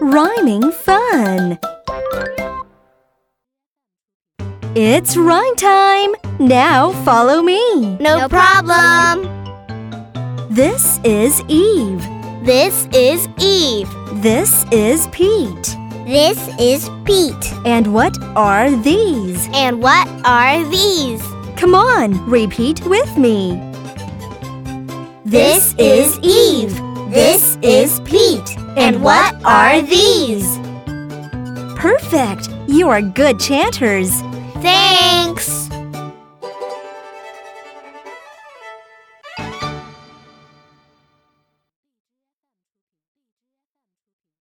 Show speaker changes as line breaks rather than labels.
Rhyming fun! It's rhyme time! Now follow me.
No, problem.
This is Eve.
This is Eve.
This is Pete.
This is Pete.
And what are these?
And what are these?
Come on, repeat with me.
This is Eve. This is Pete. And what are these?
Perfect! You are good chanters.
Thanks.